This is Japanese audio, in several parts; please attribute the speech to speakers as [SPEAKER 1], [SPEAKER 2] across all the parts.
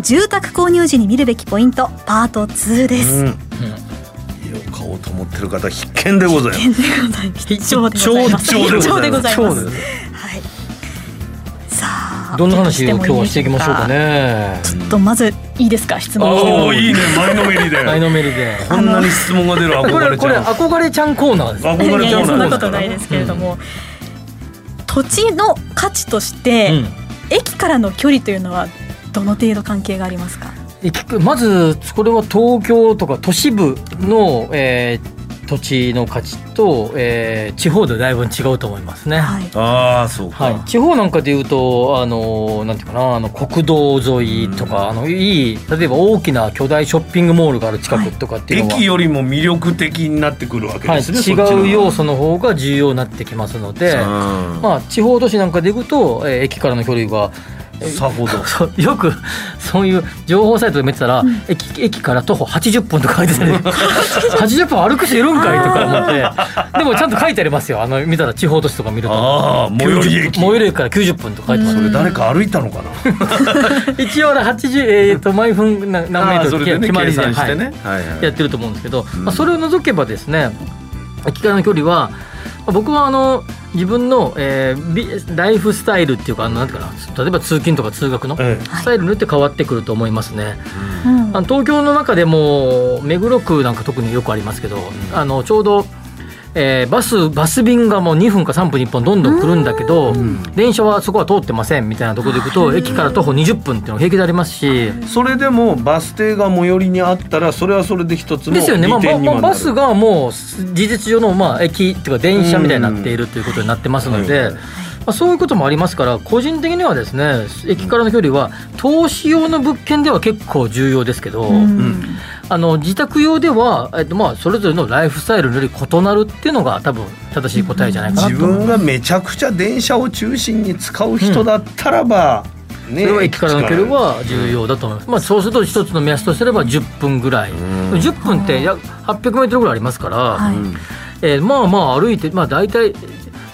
[SPEAKER 1] 住宅購入時に見るべきポイントパート2です。
[SPEAKER 2] 家を買おうと思ってる方必見でございます。
[SPEAKER 1] 必聴でございます。
[SPEAKER 2] 必聴でございます
[SPEAKER 1] 必聴でございます
[SPEAKER 2] 必聴でございま。
[SPEAKER 1] はい。さあ、
[SPEAKER 3] どんな話を今日はしていきましょうかね。
[SPEAKER 1] とまずいいですか質問
[SPEAKER 2] おお
[SPEAKER 1] を
[SPEAKER 2] いいね前のめりで。
[SPEAKER 3] 前のめりで。
[SPEAKER 2] こんなに質問が出る
[SPEAKER 3] こ
[SPEAKER 2] 憧
[SPEAKER 3] れ
[SPEAKER 2] れち
[SPEAKER 3] これ
[SPEAKER 2] ゃう。
[SPEAKER 3] 憧れちゃんコーナーです。
[SPEAKER 2] 憧
[SPEAKER 1] い
[SPEAKER 2] れち
[SPEAKER 1] やい
[SPEAKER 2] ゃう
[SPEAKER 1] やそんな
[SPEAKER 2] で
[SPEAKER 1] こ
[SPEAKER 2] すか
[SPEAKER 1] と
[SPEAKER 2] ら
[SPEAKER 1] ないですけれども、土地の価値とし
[SPEAKER 3] う
[SPEAKER 1] て、
[SPEAKER 3] ん
[SPEAKER 1] 駅からの距離というのはどの程度関係がありますか
[SPEAKER 3] え聞くまずこれは東京とか都市部の、えー土地の価値と、えー地方でだいぶ違うと思いますね。は
[SPEAKER 1] はい
[SPEAKER 2] ああそうか。
[SPEAKER 3] い、地方なんかでいうとあのなんていうかなあの国道沿いとか、あのいい例えば大きな巨大ショッピングモールがある近くとかっていうのは、
[SPEAKER 2] 駅よりも魅力的になってくるわけ
[SPEAKER 3] はい
[SPEAKER 2] ですね。そっちの
[SPEAKER 3] 違う要素の方が重要になってきますので、
[SPEAKER 2] うん
[SPEAKER 3] まあ、地方都市なんかで行くと、えー駅からの距離がえー
[SPEAKER 2] さほど。
[SPEAKER 3] そうよくそういう情報サイトで見てたら、駅駅から徒歩80分とか書いてたり80分歩く人いるんかいとか思 ってでもちゃんと書いてありますよあの見たら地方都市とか見ると。
[SPEAKER 2] ああ最寄り駅。
[SPEAKER 3] 最寄り駅から90分とか書いてます
[SPEAKER 2] それ誰か歩いたのかな。
[SPEAKER 3] 一応ね80、えー、と毎分な何メ
[SPEAKER 2] あ
[SPEAKER 3] ー
[SPEAKER 2] ー
[SPEAKER 3] ト
[SPEAKER 2] そ
[SPEAKER 3] ル
[SPEAKER 2] れでね
[SPEAKER 3] 決まり
[SPEAKER 2] 計
[SPEAKER 3] で、
[SPEAKER 2] 算し
[SPEAKER 3] は
[SPEAKER 2] て
[SPEAKER 3] い
[SPEAKER 2] ね。はいはい
[SPEAKER 3] やってると思うんですけど、
[SPEAKER 2] ん
[SPEAKER 3] まあ、それを除けばですね駅からの距離はまあ僕はあの自分の、えービライフスタイルっていうかあのなんていうかな例えば通勤とか通学の
[SPEAKER 2] え
[SPEAKER 3] スタイルによって変わってくると思いますね。
[SPEAKER 1] うん
[SPEAKER 3] あの東京の中でも目黒区なんか特によくありますけど、あのちょうど、えーバスバス便がもう2分か3分に1本どんどん来るんだけど電車はそこは通ってませんみたいなところで行くと駅から徒歩20分っていうのが平気でありますし。
[SPEAKER 2] えそれでもバス停が最寄りにあったらそれはそれで一つの
[SPEAKER 3] で
[SPEAKER 2] 利
[SPEAKER 3] すよね、まあ、まあ
[SPEAKER 2] 点に
[SPEAKER 3] ま
[SPEAKER 2] は
[SPEAKER 3] あ
[SPEAKER 2] な
[SPEAKER 3] バス
[SPEAKER 2] る。
[SPEAKER 3] がもう事実上のまあ駅っていうか電車みたいになっているということになってますので、
[SPEAKER 2] うん
[SPEAKER 3] まあ、そういうこともありますから個人的にはですね駅からの距離は投資用の物件では結構重要ですけど、
[SPEAKER 1] うん
[SPEAKER 3] あの自宅用では、えっと、まあそれぞれのライフスタイルより異なるっていうのが多分正しい答えじゃないかなと
[SPEAKER 2] 自分がめちゃくちゃ電車を中心に使う人だったらば、ね
[SPEAKER 3] それは駅からの距離は重要だと思います、まあ、そうすると一つの目安とすれば10分ぐらい、10分って約800メートルぐらいありますから、
[SPEAKER 1] はい
[SPEAKER 3] えーまあまあ歩いて、まあ、大体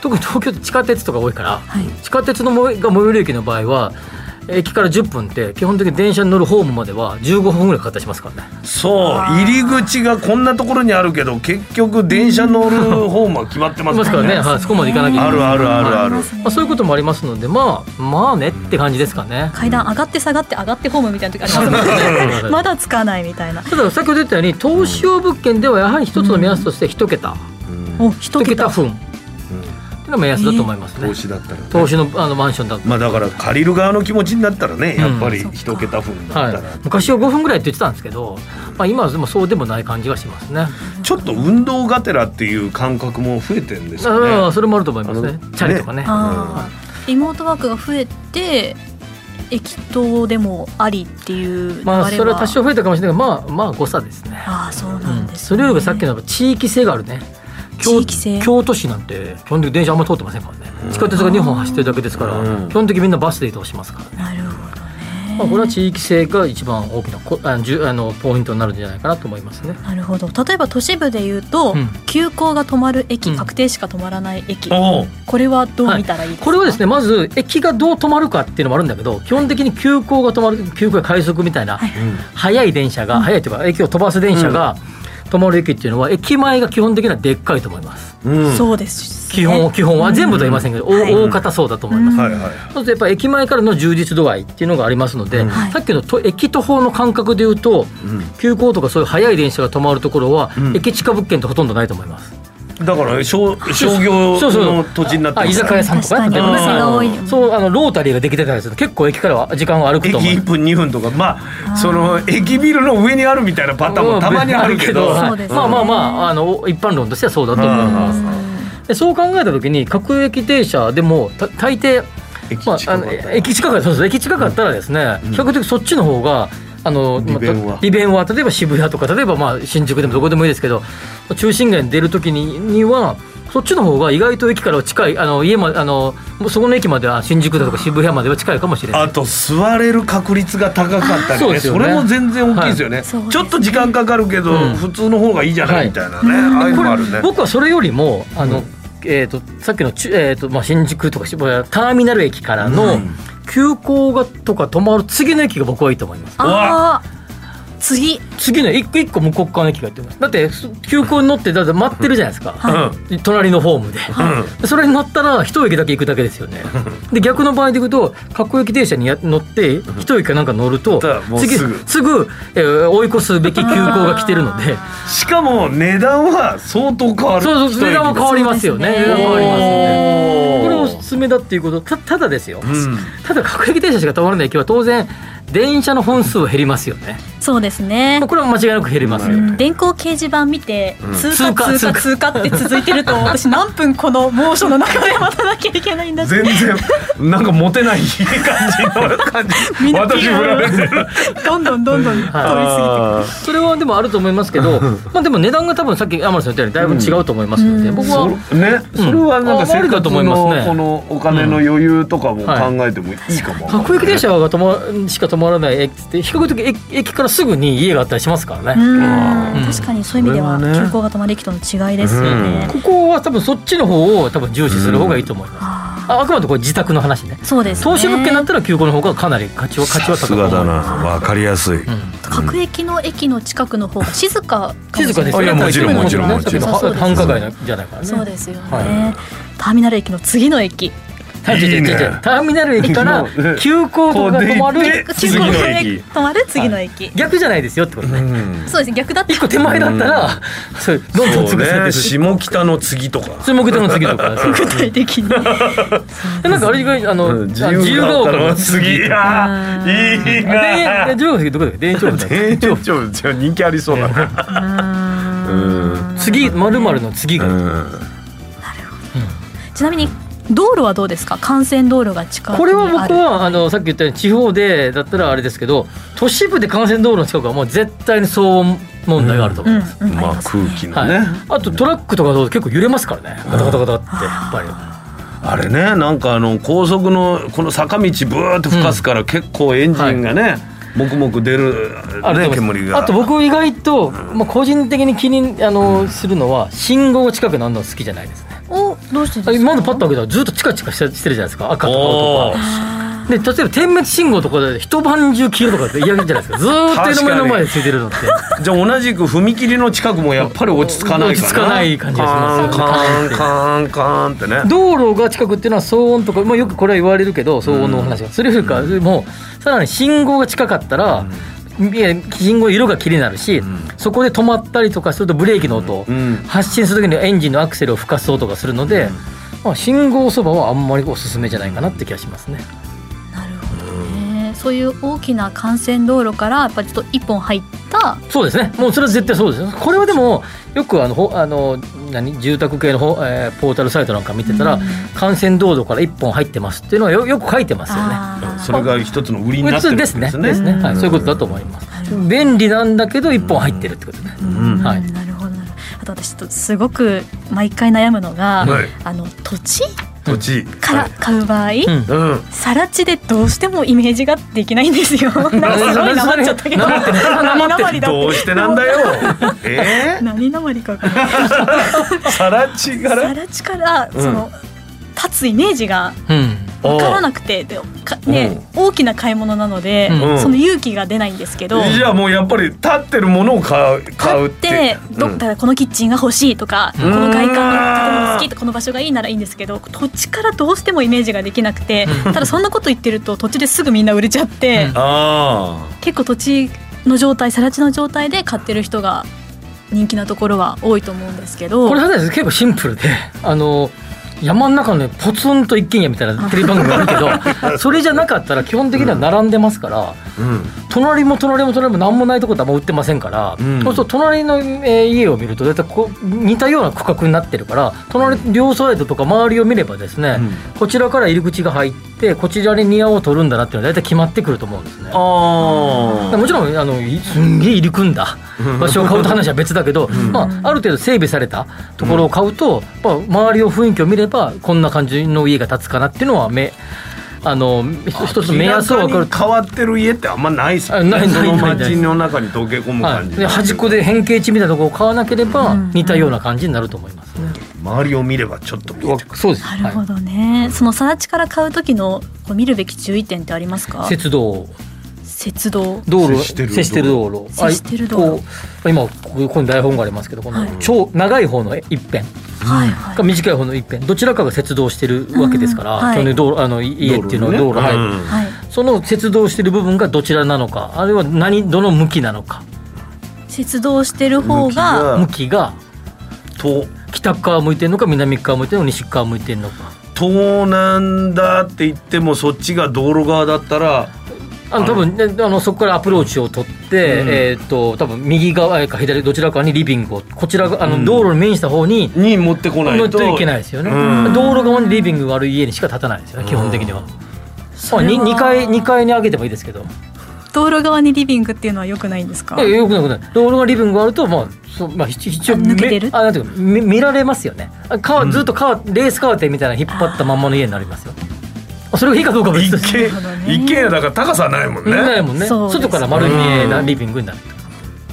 [SPEAKER 3] 特に東京って地下鉄とか多いから、
[SPEAKER 1] はい
[SPEAKER 3] 地下鉄の最寄が最寄り駅の場合は駅から10分って基本的に電車に乗るホームまでは15分ぐらいかかったりしますからね
[SPEAKER 2] そう入り口がこんなところにあるけど結局電車乗る方も決まってま
[SPEAKER 3] い
[SPEAKER 2] す
[SPEAKER 3] ます
[SPEAKER 2] か
[SPEAKER 3] から
[SPEAKER 2] ら
[SPEAKER 3] ね、
[SPEAKER 2] ね。
[SPEAKER 3] はい、そこまで行かなきゃいけない
[SPEAKER 2] あるあるあるある。
[SPEAKER 3] まあ、そういうこともありますのでまあまあねって感じですかね。
[SPEAKER 1] 階段上がって下がって上がってホームみたいな時ありますもんね まだつかないみたいな
[SPEAKER 3] ただ先ほど言ったように投資用物件ではやはり一つの目安として一桁、
[SPEAKER 1] お一
[SPEAKER 3] 一桁
[SPEAKER 1] 桁
[SPEAKER 3] 分っていうのが目安だと思いますね
[SPEAKER 2] 投。資だったら、ね。
[SPEAKER 3] 投資のあのマンションだと、
[SPEAKER 2] まあだから借りる側の気持ちになったらね、
[SPEAKER 3] うん
[SPEAKER 2] やっぱり一桁分だ
[SPEAKER 3] は
[SPEAKER 2] ったら、
[SPEAKER 3] い、昔は5分ぐらいって言ってたんですけど、まあ、今はでもそうでもない感じがしますね。
[SPEAKER 2] ちょっと運動がてらっていう感覚も増えてんです
[SPEAKER 3] あ
[SPEAKER 2] よ
[SPEAKER 3] あ
[SPEAKER 2] ね。
[SPEAKER 3] それもあると思います
[SPEAKER 2] あ
[SPEAKER 3] ね
[SPEAKER 2] の。
[SPEAKER 3] チャリとかね。
[SPEAKER 1] あーリモートワークが増えて駅頭でもありっていう流れは
[SPEAKER 3] まあそれは多少増えたかもしれないけど、まあまあ誤差ですね。
[SPEAKER 1] ああそうなんです、ね
[SPEAKER 3] それよりもさっきの地域性があるね。
[SPEAKER 1] 地域性
[SPEAKER 3] 京都市なんて基本的に電車あんま通ってませんからね。地下鉄が2本走ってるだけですから、
[SPEAKER 2] うん
[SPEAKER 3] 基本的にみんなバスで移動しますからね。
[SPEAKER 1] なるほどね
[SPEAKER 3] まあこれは地域性が一番大きなこあのじゅあのポイントになるんじゃないかなと思いますね。
[SPEAKER 1] なるほど例えば都市部でいうと、
[SPEAKER 3] うん
[SPEAKER 1] 急行が止まる駅、
[SPEAKER 3] うん
[SPEAKER 1] 確定しか止まらない駅、
[SPEAKER 2] おう
[SPEAKER 1] これはどう見たらいいですか、
[SPEAKER 3] これはですねまず駅がどう止まるかっていうのもあるんだけど基本的に急行が止まる急行や快速みたいな、
[SPEAKER 1] はい
[SPEAKER 3] 速い電車が、速いというか駅を飛ばす電車が止まる駅っていうのは駅前が基本的にはでっかいと思います
[SPEAKER 2] うん、
[SPEAKER 1] そうです、ね、
[SPEAKER 3] 基本基本は全部とは言いませんけど、
[SPEAKER 1] はい
[SPEAKER 3] お大方そうだと思います、
[SPEAKER 2] はいはい。
[SPEAKER 3] そうするとやっぱり駅前からの充実度合いっていうのがありますので、
[SPEAKER 2] うん
[SPEAKER 1] はい
[SPEAKER 3] さっきのと駅徒歩の感覚でいうと、急行とかそういう速い電車が止まるところは、
[SPEAKER 2] ん
[SPEAKER 3] 駅近物件ってほとんどないと思います。
[SPEAKER 2] だから商商業
[SPEAKER 3] そうそう
[SPEAKER 2] の土地になって
[SPEAKER 3] あ居
[SPEAKER 2] ます
[SPEAKER 3] 酒
[SPEAKER 2] から
[SPEAKER 3] 屋さんとか
[SPEAKER 1] 確かに
[SPEAKER 2] お店が
[SPEAKER 1] 多い
[SPEAKER 3] うんそうあのロータリーができてたりすると結構駅からは時間は歩く
[SPEAKER 2] 駅
[SPEAKER 3] と思う
[SPEAKER 2] 1分2分とかまあその駅ビルの上にあるみたいなパターンもたまにあるけど、
[SPEAKER 3] うん
[SPEAKER 1] はい
[SPEAKER 3] そうですねまあまあまああの一般論としてはそうだと思います。でそう考えた時に各駅停車でもた大抵
[SPEAKER 2] 駅
[SPEAKER 3] まあ
[SPEAKER 2] 近
[SPEAKER 3] あ
[SPEAKER 2] かっ
[SPEAKER 3] の
[SPEAKER 2] たら
[SPEAKER 3] 駅近かったそうです駅近かったらですね、比較的そっちの方がああの
[SPEAKER 2] 利便は
[SPEAKER 3] 利便は例えば渋谷とか例えばまあ新宿でもどこでもいいですけど中心街に出るときににはそっちの方が意外と駅からは近いあの家まあのもうそこの駅までは新宿だとか渋谷までは近いかもしれない
[SPEAKER 2] あと座れる確率が高かったりね
[SPEAKER 3] あそう
[SPEAKER 2] そ
[SPEAKER 3] ですよね
[SPEAKER 2] れも全然大きいですよね、
[SPEAKER 1] そうです
[SPEAKER 2] ちょっと時間かかるけど、
[SPEAKER 3] うん
[SPEAKER 2] 普通の方がいいじゃな
[SPEAKER 3] はいい
[SPEAKER 2] みたいなね、ああいうのもあるね
[SPEAKER 3] 僕はそれよりもあの、
[SPEAKER 2] うん
[SPEAKER 3] えー、とさっきのちゅ、えーとまあ、新宿とか渋谷ターミナル駅からの、
[SPEAKER 2] うん
[SPEAKER 3] 急行がとか止まる次の駅が僕はいいと思います
[SPEAKER 1] ああ次
[SPEAKER 3] 次の一個一個向こう側の駅がってますだってす急行に乗ってだって待ってるじゃないですか、
[SPEAKER 2] うん
[SPEAKER 3] 隣のホームで、
[SPEAKER 2] うん
[SPEAKER 3] でそれに乗ったら一駅だけ行くだけですよねで逆の場合でいくと各駅停車にや乗って一駅かなんか乗ると
[SPEAKER 2] ただもう
[SPEAKER 3] 次
[SPEAKER 2] すぐ
[SPEAKER 3] すぐ、えー追い越すべき急行が来てるので
[SPEAKER 2] しかも値段は相当変わる
[SPEAKER 3] そうそう値段は変わりますよね値段は変わりますよ
[SPEAKER 2] お
[SPEAKER 3] ね
[SPEAKER 2] ー
[SPEAKER 3] これおすすめだっていうことたただですよ、
[SPEAKER 2] うん
[SPEAKER 3] ただ各駅停車しか止まらない駅は当然電車の本数は減りますよね
[SPEAKER 1] そうですね
[SPEAKER 3] まあこれは間違いなく減りますよ、
[SPEAKER 1] うん電光掲示板見て
[SPEAKER 2] うん
[SPEAKER 1] 通過
[SPEAKER 3] 通過
[SPEAKER 1] 通過通過って続いて ると私何分この猛暑の中で待たなきゃいけないんだって
[SPEAKER 2] 全然なんかモテない感じの感
[SPEAKER 1] みん
[SPEAKER 2] じ
[SPEAKER 1] な
[SPEAKER 2] 私振られてる
[SPEAKER 1] どんどんどんどん通り過
[SPEAKER 2] あ
[SPEAKER 3] それはでもあると思いますけどまあでも値段が多分さっき天野さん言ったようにだいぶ違うと思いますので、
[SPEAKER 1] うん
[SPEAKER 3] 僕
[SPEAKER 2] ー
[SPEAKER 3] は
[SPEAKER 2] そね、
[SPEAKER 3] うん
[SPEAKER 2] それはなんか
[SPEAKER 3] ああ
[SPEAKER 2] 生
[SPEAKER 3] りだ
[SPEAKER 2] 活
[SPEAKER 3] と思います
[SPEAKER 2] の
[SPEAKER 3] ね
[SPEAKER 2] このお金の余裕とかも考
[SPEAKER 3] はい
[SPEAKER 2] えてもいいかも、
[SPEAKER 3] 各駅停車が止ましか止まらない駅って比較的駅駅からすぐに家があったりしますから
[SPEAKER 1] ぎて
[SPEAKER 3] ね、
[SPEAKER 1] うん
[SPEAKER 3] うん
[SPEAKER 1] 確かにそういう意味では
[SPEAKER 2] それはね
[SPEAKER 1] 急行が止まる駅との違いですよね
[SPEAKER 3] ここは多分そっちの方を多分重視する方がいいと思います、
[SPEAKER 1] あ
[SPEAKER 3] ああくまでこれ自宅の話ね
[SPEAKER 1] ーそうですね
[SPEAKER 3] 投資物件だったら休校の方がかなり価値は価値は高い
[SPEAKER 2] わかりやすい
[SPEAKER 3] うん
[SPEAKER 1] 各駅の駅の近くの方が静かかもしれない
[SPEAKER 3] 静かですよ
[SPEAKER 2] いや
[SPEAKER 3] ね。
[SPEAKER 2] もちろんもちろん
[SPEAKER 3] ね
[SPEAKER 2] もちろん
[SPEAKER 3] だけどは繁華街なんじゃないからね。
[SPEAKER 1] そうですよね、
[SPEAKER 3] は
[SPEAKER 1] ターミナル駅の次の駅
[SPEAKER 3] はい
[SPEAKER 2] いいね
[SPEAKER 3] 違う違う違うターミナル駅から急行とかが止ま
[SPEAKER 2] こうで
[SPEAKER 3] る
[SPEAKER 2] 行っ。次の駅
[SPEAKER 1] 止まる次の駅、
[SPEAKER 3] 逆じゃないですよってことね。
[SPEAKER 1] そうですね逆だった
[SPEAKER 3] 一個手前だったら、それどんどん
[SPEAKER 2] そう
[SPEAKER 3] 潰されて
[SPEAKER 2] ね
[SPEAKER 3] る。
[SPEAKER 2] 下北の次とか
[SPEAKER 3] それ目的の次と か。そう
[SPEAKER 1] 具体的に
[SPEAKER 3] でなんかあれがあのあ
[SPEAKER 2] 自
[SPEAKER 3] 自由が
[SPEAKER 2] 由
[SPEAKER 3] 丘
[SPEAKER 2] が丘の
[SPEAKER 3] の
[SPEAKER 2] 次
[SPEAKER 3] 次。
[SPEAKER 2] あーいい
[SPEAKER 3] あで
[SPEAKER 2] な
[SPEAKER 3] 自由が丘の次どこだっけ？田園調布だっけ
[SPEAKER 2] 店長じゃ人気ありそうだなうん
[SPEAKER 3] 次まるまるの次が。
[SPEAKER 1] ちなみに道路はどうですか幹線道路が近くにある
[SPEAKER 3] これは僕はあのさっき言ったように地方でだったらあれですけど都市部で幹線道路の近くはもう絶対に騒音問題があると
[SPEAKER 1] う
[SPEAKER 3] 思い
[SPEAKER 1] ん、
[SPEAKER 3] ます、
[SPEAKER 1] うん、
[SPEAKER 2] ま
[SPEAKER 1] り
[SPEAKER 2] あ
[SPEAKER 1] ます
[SPEAKER 2] 空気の
[SPEAKER 3] はい
[SPEAKER 2] ね
[SPEAKER 3] あとトラックとかだと結構揺れますからねガタガタガタってやっぱ
[SPEAKER 2] あれねなんかあの高速のこの坂道ブーって吹かすから結構エンジンがねもくもく出る
[SPEAKER 3] りある
[SPEAKER 2] ね
[SPEAKER 3] と思い
[SPEAKER 2] 煙
[SPEAKER 3] ます
[SPEAKER 2] が
[SPEAKER 3] あと僕意外と、まあ、個人的に気にあのするのは信号が近くなるのは好きじゃないですね
[SPEAKER 1] おどうしてですか
[SPEAKER 3] 窓パッと開けたらずっとチカチカしてしてるじゃないですか赤とか青
[SPEAKER 2] お
[SPEAKER 3] と
[SPEAKER 2] ー
[SPEAKER 3] か。で例えば点滅信号とかで一晩中黄色とかって嫌じゃないですかずーっと目の前でついてるのって
[SPEAKER 2] じゃあ同じく踏切の近くもやっぱり落ち着かないかな
[SPEAKER 3] 落ち着かない感じがします
[SPEAKER 2] カーンカーンカーンカーンってね
[SPEAKER 3] 道路が近くっていうのは騒音とか、まあ、よくこれは言われるけど騒音のお話が、それよりかもうさらに信号が近かったら、いや信号色が気になるし、そこで止まったりとかするとブレーキの音、
[SPEAKER 2] うん
[SPEAKER 3] 発進する時にエンジンのアクセルを吹かす音がするので、まあ、信号そばはあんまりおすすめじゃないかなって気がしますね。
[SPEAKER 1] なるほどねそういう大きな幹線道路からやっぱりちょっと一本入った
[SPEAKER 3] そうですね。もうそれは絶対そうですよ。これはでもよくあのほあの何住宅系のほ、えーポータルサイトなんか見てたら、
[SPEAKER 1] うん
[SPEAKER 3] 幹線道路から一本入ってますっていうのはよよく書いてますよね。
[SPEAKER 1] あー
[SPEAKER 2] それが一つの売りに
[SPEAKER 3] こ
[SPEAKER 2] な
[SPEAKER 3] れ
[SPEAKER 2] ってる
[SPEAKER 3] そ
[SPEAKER 2] ん
[SPEAKER 3] う
[SPEAKER 2] で
[SPEAKER 3] ですす
[SPEAKER 2] ね
[SPEAKER 3] ね。ですね。は
[SPEAKER 2] う
[SPEAKER 3] い、
[SPEAKER 2] ん
[SPEAKER 3] そういうことだと思います。便利なんだけど一本入ってるってことね。
[SPEAKER 1] うん
[SPEAKER 3] はい
[SPEAKER 1] なるほどなるほどあと私ちょっとすごく毎回悩むのが、
[SPEAKER 2] はい
[SPEAKER 1] あの土地
[SPEAKER 2] 土地
[SPEAKER 1] から買う場合、
[SPEAKER 3] うん。
[SPEAKER 2] うん
[SPEAKER 1] さら地でどうしてもイメージができないんですよ。なんかすごいなまっちゃったけど。
[SPEAKER 3] な まってる
[SPEAKER 1] 何なまりだっ
[SPEAKER 2] どうしてなんだよえ
[SPEAKER 1] 何なまりかわかんない。
[SPEAKER 2] ー、さらちが
[SPEAKER 1] さ
[SPEAKER 2] ら
[SPEAKER 1] ら地からその立つイメージが
[SPEAKER 3] うん。
[SPEAKER 1] わからなくてでかね大きな買い物なので
[SPEAKER 3] うん
[SPEAKER 1] その勇気が出ないんですけど。
[SPEAKER 2] じゃあもうやっぱり立ってるものを買う買
[SPEAKER 1] 買
[SPEAKER 2] う
[SPEAKER 1] っ
[SPEAKER 2] って
[SPEAKER 1] て
[SPEAKER 2] うん
[SPEAKER 1] どっかこのキッチンが欲しいとか、
[SPEAKER 3] うん
[SPEAKER 1] この外観の建物好きとかこの場所がいいならいいんですけど土地からどうしてもイメージができなくてただそんなこと言ってると土地ですぐみんな売れちゃって、
[SPEAKER 3] うん
[SPEAKER 2] あ
[SPEAKER 1] 結構土地の状態さら地の状態で買ってる人が人気なところは多いと思うんですけど
[SPEAKER 3] これはね結構シンプルで、あの山の中のねポツンと一軒家みたいなテレビ番組あるけ ど、それじゃなかったら基本的には並んでますから。
[SPEAKER 2] あうん
[SPEAKER 3] 隣も隣も隣も何もないとこってあんま売ってませんから、
[SPEAKER 2] うん
[SPEAKER 3] そうすると隣の、えー家を見ると大体こう似たような区画になってるから隣両サイドとか周りを見ればですね、
[SPEAKER 2] うん
[SPEAKER 3] こちらから入り口が入っってこちらにニアを取るんだなっていうのは大体決まってくると思うんですね
[SPEAKER 2] あ
[SPEAKER 3] もちろんあのいすんげえ入り組 んだ場所を買うと話は別だけど、まあ、ある程度整備されたところを買うと、まあ、周りの雰囲気を見ればこんな感じの家が建つかなっていうのは目あの一つの目安を分かる
[SPEAKER 2] 変わってる家ってあんまないですよ
[SPEAKER 3] あない
[SPEAKER 2] ね
[SPEAKER 3] ない
[SPEAKER 2] その
[SPEAKER 3] ないない
[SPEAKER 2] 街の中に溶け込む
[SPEAKER 3] は
[SPEAKER 2] 感
[SPEAKER 3] い、
[SPEAKER 2] じ、
[SPEAKER 3] で端っこで変形地みたいなところを買わなければ似たような感じになると思います、ね
[SPEAKER 2] 周りを見ればちょっと見えてくる
[SPEAKER 3] そうです、
[SPEAKER 1] なるほどね、その更地から買う時のこう見るべき注意点ってありますか
[SPEAKER 3] い、節道
[SPEAKER 1] 節道
[SPEAKER 3] 道路
[SPEAKER 2] 接してる
[SPEAKER 3] 接してる道路
[SPEAKER 1] 接してる道路
[SPEAKER 3] あこう今ここに台本がありますけどこ
[SPEAKER 1] は
[SPEAKER 3] の
[SPEAKER 1] い
[SPEAKER 3] 超長い方の一辺
[SPEAKER 1] はいはい
[SPEAKER 3] か短い方の一辺どちらかが接道してるわけですから、
[SPEAKER 1] うんはい
[SPEAKER 3] 基本的に道路あのい家っていうのは道路、はい
[SPEAKER 2] うん
[SPEAKER 1] はい
[SPEAKER 3] その接道してる部分がどちらなのかあるいは何どの向きなのか
[SPEAKER 1] 節道してる方が
[SPEAKER 2] うん
[SPEAKER 3] 向きが
[SPEAKER 2] と
[SPEAKER 3] 北側向いてるのか南側向いてるのか西側向いてるのか
[SPEAKER 2] 東南だって言ってもそっちが道路側だったら
[SPEAKER 3] あの多分ねあのそこからアプローチを取って、
[SPEAKER 2] うん
[SPEAKER 3] えーっと多分右側か左どちらかにリビングをこちらがあ
[SPEAKER 2] う
[SPEAKER 3] の
[SPEAKER 2] ん
[SPEAKER 3] 道路に面した方に
[SPEAKER 2] に持ってこない
[SPEAKER 3] 乗っ
[SPEAKER 2] と
[SPEAKER 3] ていけないですよね、
[SPEAKER 2] うん
[SPEAKER 3] 道路側にリビングがある家にしか建たないですよね基本的には、まあ、
[SPEAKER 1] れは
[SPEAKER 3] 2, 階2階に上げてもいいですけど
[SPEAKER 1] 道路側にリビングっていうのは良くないんですか
[SPEAKER 3] いやよくないよくない道路がリビングがあるとまあそうまあ一一応
[SPEAKER 1] あ抜けてる
[SPEAKER 3] めあなんていうか見見られますよねあカーずっとカー、レースカーテンみたいなの引っ張ったまんまの家になりますよあそれがいいかどうかは別です
[SPEAKER 2] 一
[SPEAKER 1] なるほどね
[SPEAKER 2] 軒一軒家だから高さないもんね
[SPEAKER 3] ないもんね
[SPEAKER 1] そうですね
[SPEAKER 3] 外から丸見えなリビングになる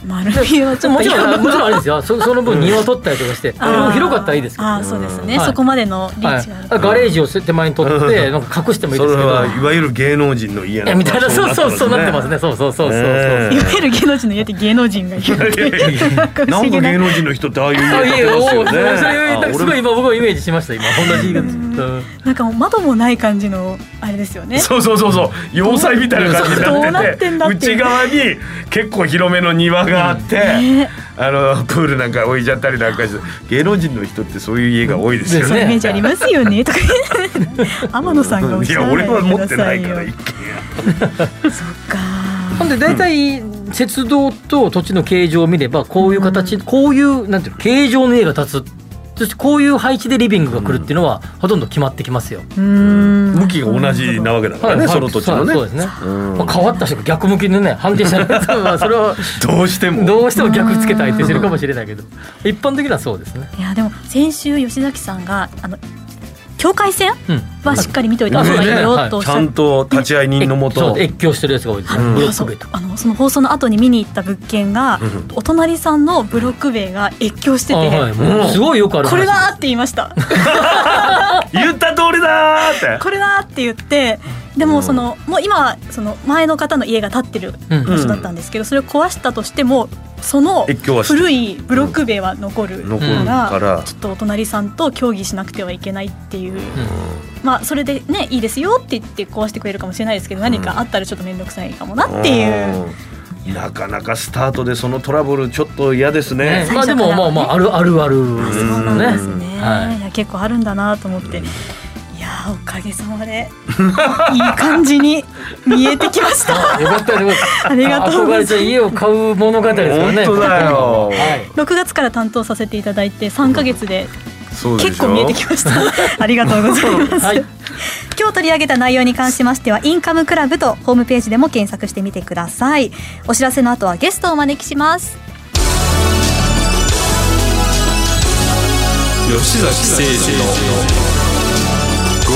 [SPEAKER 1] 丸見えはちょっ
[SPEAKER 3] も
[SPEAKER 1] と
[SPEAKER 3] ち
[SPEAKER 1] 嫌
[SPEAKER 3] ろ
[SPEAKER 1] だ
[SPEAKER 3] んもちろんあれですよそその分庭を取ったりとかして
[SPEAKER 1] あー
[SPEAKER 3] 広かったらいいですけど
[SPEAKER 1] あーそうですね、
[SPEAKER 3] はい
[SPEAKER 1] そこまでのリー
[SPEAKER 3] は
[SPEAKER 1] チがある
[SPEAKER 3] い、ガレージを手前に取ってなんか隠してもいい
[SPEAKER 2] そ
[SPEAKER 3] で
[SPEAKER 2] れ
[SPEAKER 3] すけど
[SPEAKER 2] はいわゆる芸能人の家
[SPEAKER 3] いやみたいなそうそうそうなってます
[SPEAKER 2] ね
[SPEAKER 3] ねそうそうそうそうそう
[SPEAKER 2] ね
[SPEAKER 1] いわゆる芸能人の家って芸能人がいるっていうなんか不
[SPEAKER 2] な
[SPEAKER 1] 思
[SPEAKER 2] ん
[SPEAKER 1] 議
[SPEAKER 2] か
[SPEAKER 1] な
[SPEAKER 2] 芸能人の人ってああいう
[SPEAKER 3] あい
[SPEAKER 2] 家
[SPEAKER 3] えいえ
[SPEAKER 2] 建てますよ
[SPEAKER 3] おーそれそれ
[SPEAKER 2] ねあ
[SPEAKER 3] すごい
[SPEAKER 2] 俺
[SPEAKER 3] 今僕はイメージしました今同じ言い方ですうん
[SPEAKER 1] なんかもう窓もない感じのあれですよね
[SPEAKER 2] そうそうそうそう要塞みたいな感じ
[SPEAKER 1] どう
[SPEAKER 2] に
[SPEAKER 1] な
[SPEAKER 2] な
[SPEAKER 1] っ
[SPEAKER 2] ってて
[SPEAKER 1] ん
[SPEAKER 2] て
[SPEAKER 1] だって
[SPEAKER 2] 内側に結構広めの庭があって、
[SPEAKER 1] ね
[SPEAKER 2] あのプールなんか置いちゃったりなんかして芸能人の人ってそういう家が多いですよ
[SPEAKER 3] です
[SPEAKER 1] そうい
[SPEAKER 2] ね。
[SPEAKER 1] うイメージありますよねとか天野さんがおっ
[SPEAKER 2] い
[SPEAKER 1] しゃ
[SPEAKER 2] や
[SPEAKER 1] ら
[SPEAKER 2] 俺は持
[SPEAKER 1] な
[SPEAKER 2] っ
[SPEAKER 1] いで
[SPEAKER 2] て
[SPEAKER 1] くだ
[SPEAKER 2] な
[SPEAKER 1] さ
[SPEAKER 2] い
[SPEAKER 1] い
[SPEAKER 2] か
[SPEAKER 1] よ
[SPEAKER 2] ら一軒
[SPEAKER 1] か
[SPEAKER 3] ほんで大体鉄道と土地の形状を見ればこういう形、こういうなんていうの形状の家が建つそしてこういう配置でリビングが来るっていうのはほとんど決まってきますよ、
[SPEAKER 1] うーん
[SPEAKER 2] 家向きが同じなわけだからねその土地のね
[SPEAKER 3] そうですね、
[SPEAKER 2] うん
[SPEAKER 3] まあ、変わった人が逆向きにね判定したら まあそれは
[SPEAKER 2] どうしても
[SPEAKER 3] どうしても逆つけたいってしてるかもしれないけど一般的にはそうですね
[SPEAKER 1] いやでも先週吉崎さんがあの境界線
[SPEAKER 3] うん
[SPEAKER 1] はしっかり見といた
[SPEAKER 3] うん
[SPEAKER 1] 方がいいよ
[SPEAKER 3] ね
[SPEAKER 1] とおっ
[SPEAKER 2] ち
[SPEAKER 1] しゃっ
[SPEAKER 2] ゃんと立ち会い人のも
[SPEAKER 3] そう
[SPEAKER 2] と
[SPEAKER 3] 越境してるやつが多いですね、
[SPEAKER 2] うん
[SPEAKER 3] ブロッ
[SPEAKER 1] そ
[SPEAKER 3] ク
[SPEAKER 1] う
[SPEAKER 3] 塀とか
[SPEAKER 1] あのその放送の後に見に行った物件が、
[SPEAKER 2] ん
[SPEAKER 1] お隣さんのブロック塀が越境してて、
[SPEAKER 3] あはいもうすごいよくある話
[SPEAKER 1] これだーって言いました
[SPEAKER 2] 言った通りだーって
[SPEAKER 1] これだーって言ってで
[SPEAKER 2] う
[SPEAKER 1] も
[SPEAKER 2] ん
[SPEAKER 1] そのもう今はその前の方の家が建ってる
[SPEAKER 3] うん
[SPEAKER 1] 場所だったんですけど、それを壊したとしてもその
[SPEAKER 2] 越境はして
[SPEAKER 1] 古いブロック塀は残る
[SPEAKER 2] 残
[SPEAKER 3] る
[SPEAKER 1] か
[SPEAKER 2] か
[SPEAKER 1] ら,、
[SPEAKER 2] ら
[SPEAKER 1] ちょっとお隣さんと協議しなくてはいけないっていう、まあそれでねいいですよって言って壊してくれるかもしれないですけど何かあったらちょっと面倒くさいかもなってい
[SPEAKER 2] う
[SPEAKER 1] う。
[SPEAKER 2] んなかなかスタートでそのトラブルちょっと嫌ですね
[SPEAKER 3] ねまあで
[SPEAKER 1] 最初
[SPEAKER 3] も
[SPEAKER 1] から
[SPEAKER 3] まあまああるあるある
[SPEAKER 1] あそうなんですね。
[SPEAKER 3] はい
[SPEAKER 1] い、や結構あるんだなと思って。いやーおかげさまでいい感じに見えてきました。
[SPEAKER 3] よかったよかっ
[SPEAKER 1] あ
[SPEAKER 3] た。
[SPEAKER 1] りがとうございます
[SPEAKER 3] 憧れて家を買う物語ですからね。
[SPEAKER 2] 本当だよ
[SPEAKER 3] はい。
[SPEAKER 1] 6月から担当させていただいて3ヶ月で
[SPEAKER 2] そうでしょ
[SPEAKER 1] 結構見えてきました。ありがとうございます。
[SPEAKER 3] はい
[SPEAKER 1] 今日取り上げた内容に関しましてはインカムクラブとホームページでも検索してみてください。お知らせの後はゲストをお招きします。
[SPEAKER 4] 吉崎誠二の5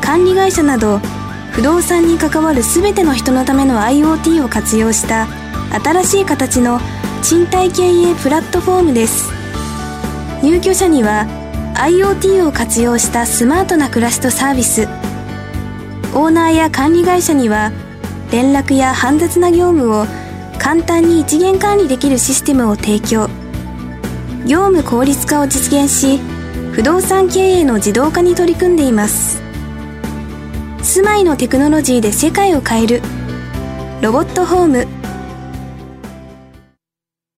[SPEAKER 5] 管理会社など不動産に関わる全ての人のための IoT を活用した新しい形の賃貸経営プラットフォームです入居者には IoT を活用したスマートな暮らしとサービスオーナーや管理会社には連絡や煩雑な業務を簡単に一元管理できるシステムを提供業務効率化を実現し不動産経営の自動化に取り組んでいます住まいのテクノロジーで世界を変えるロボットホーム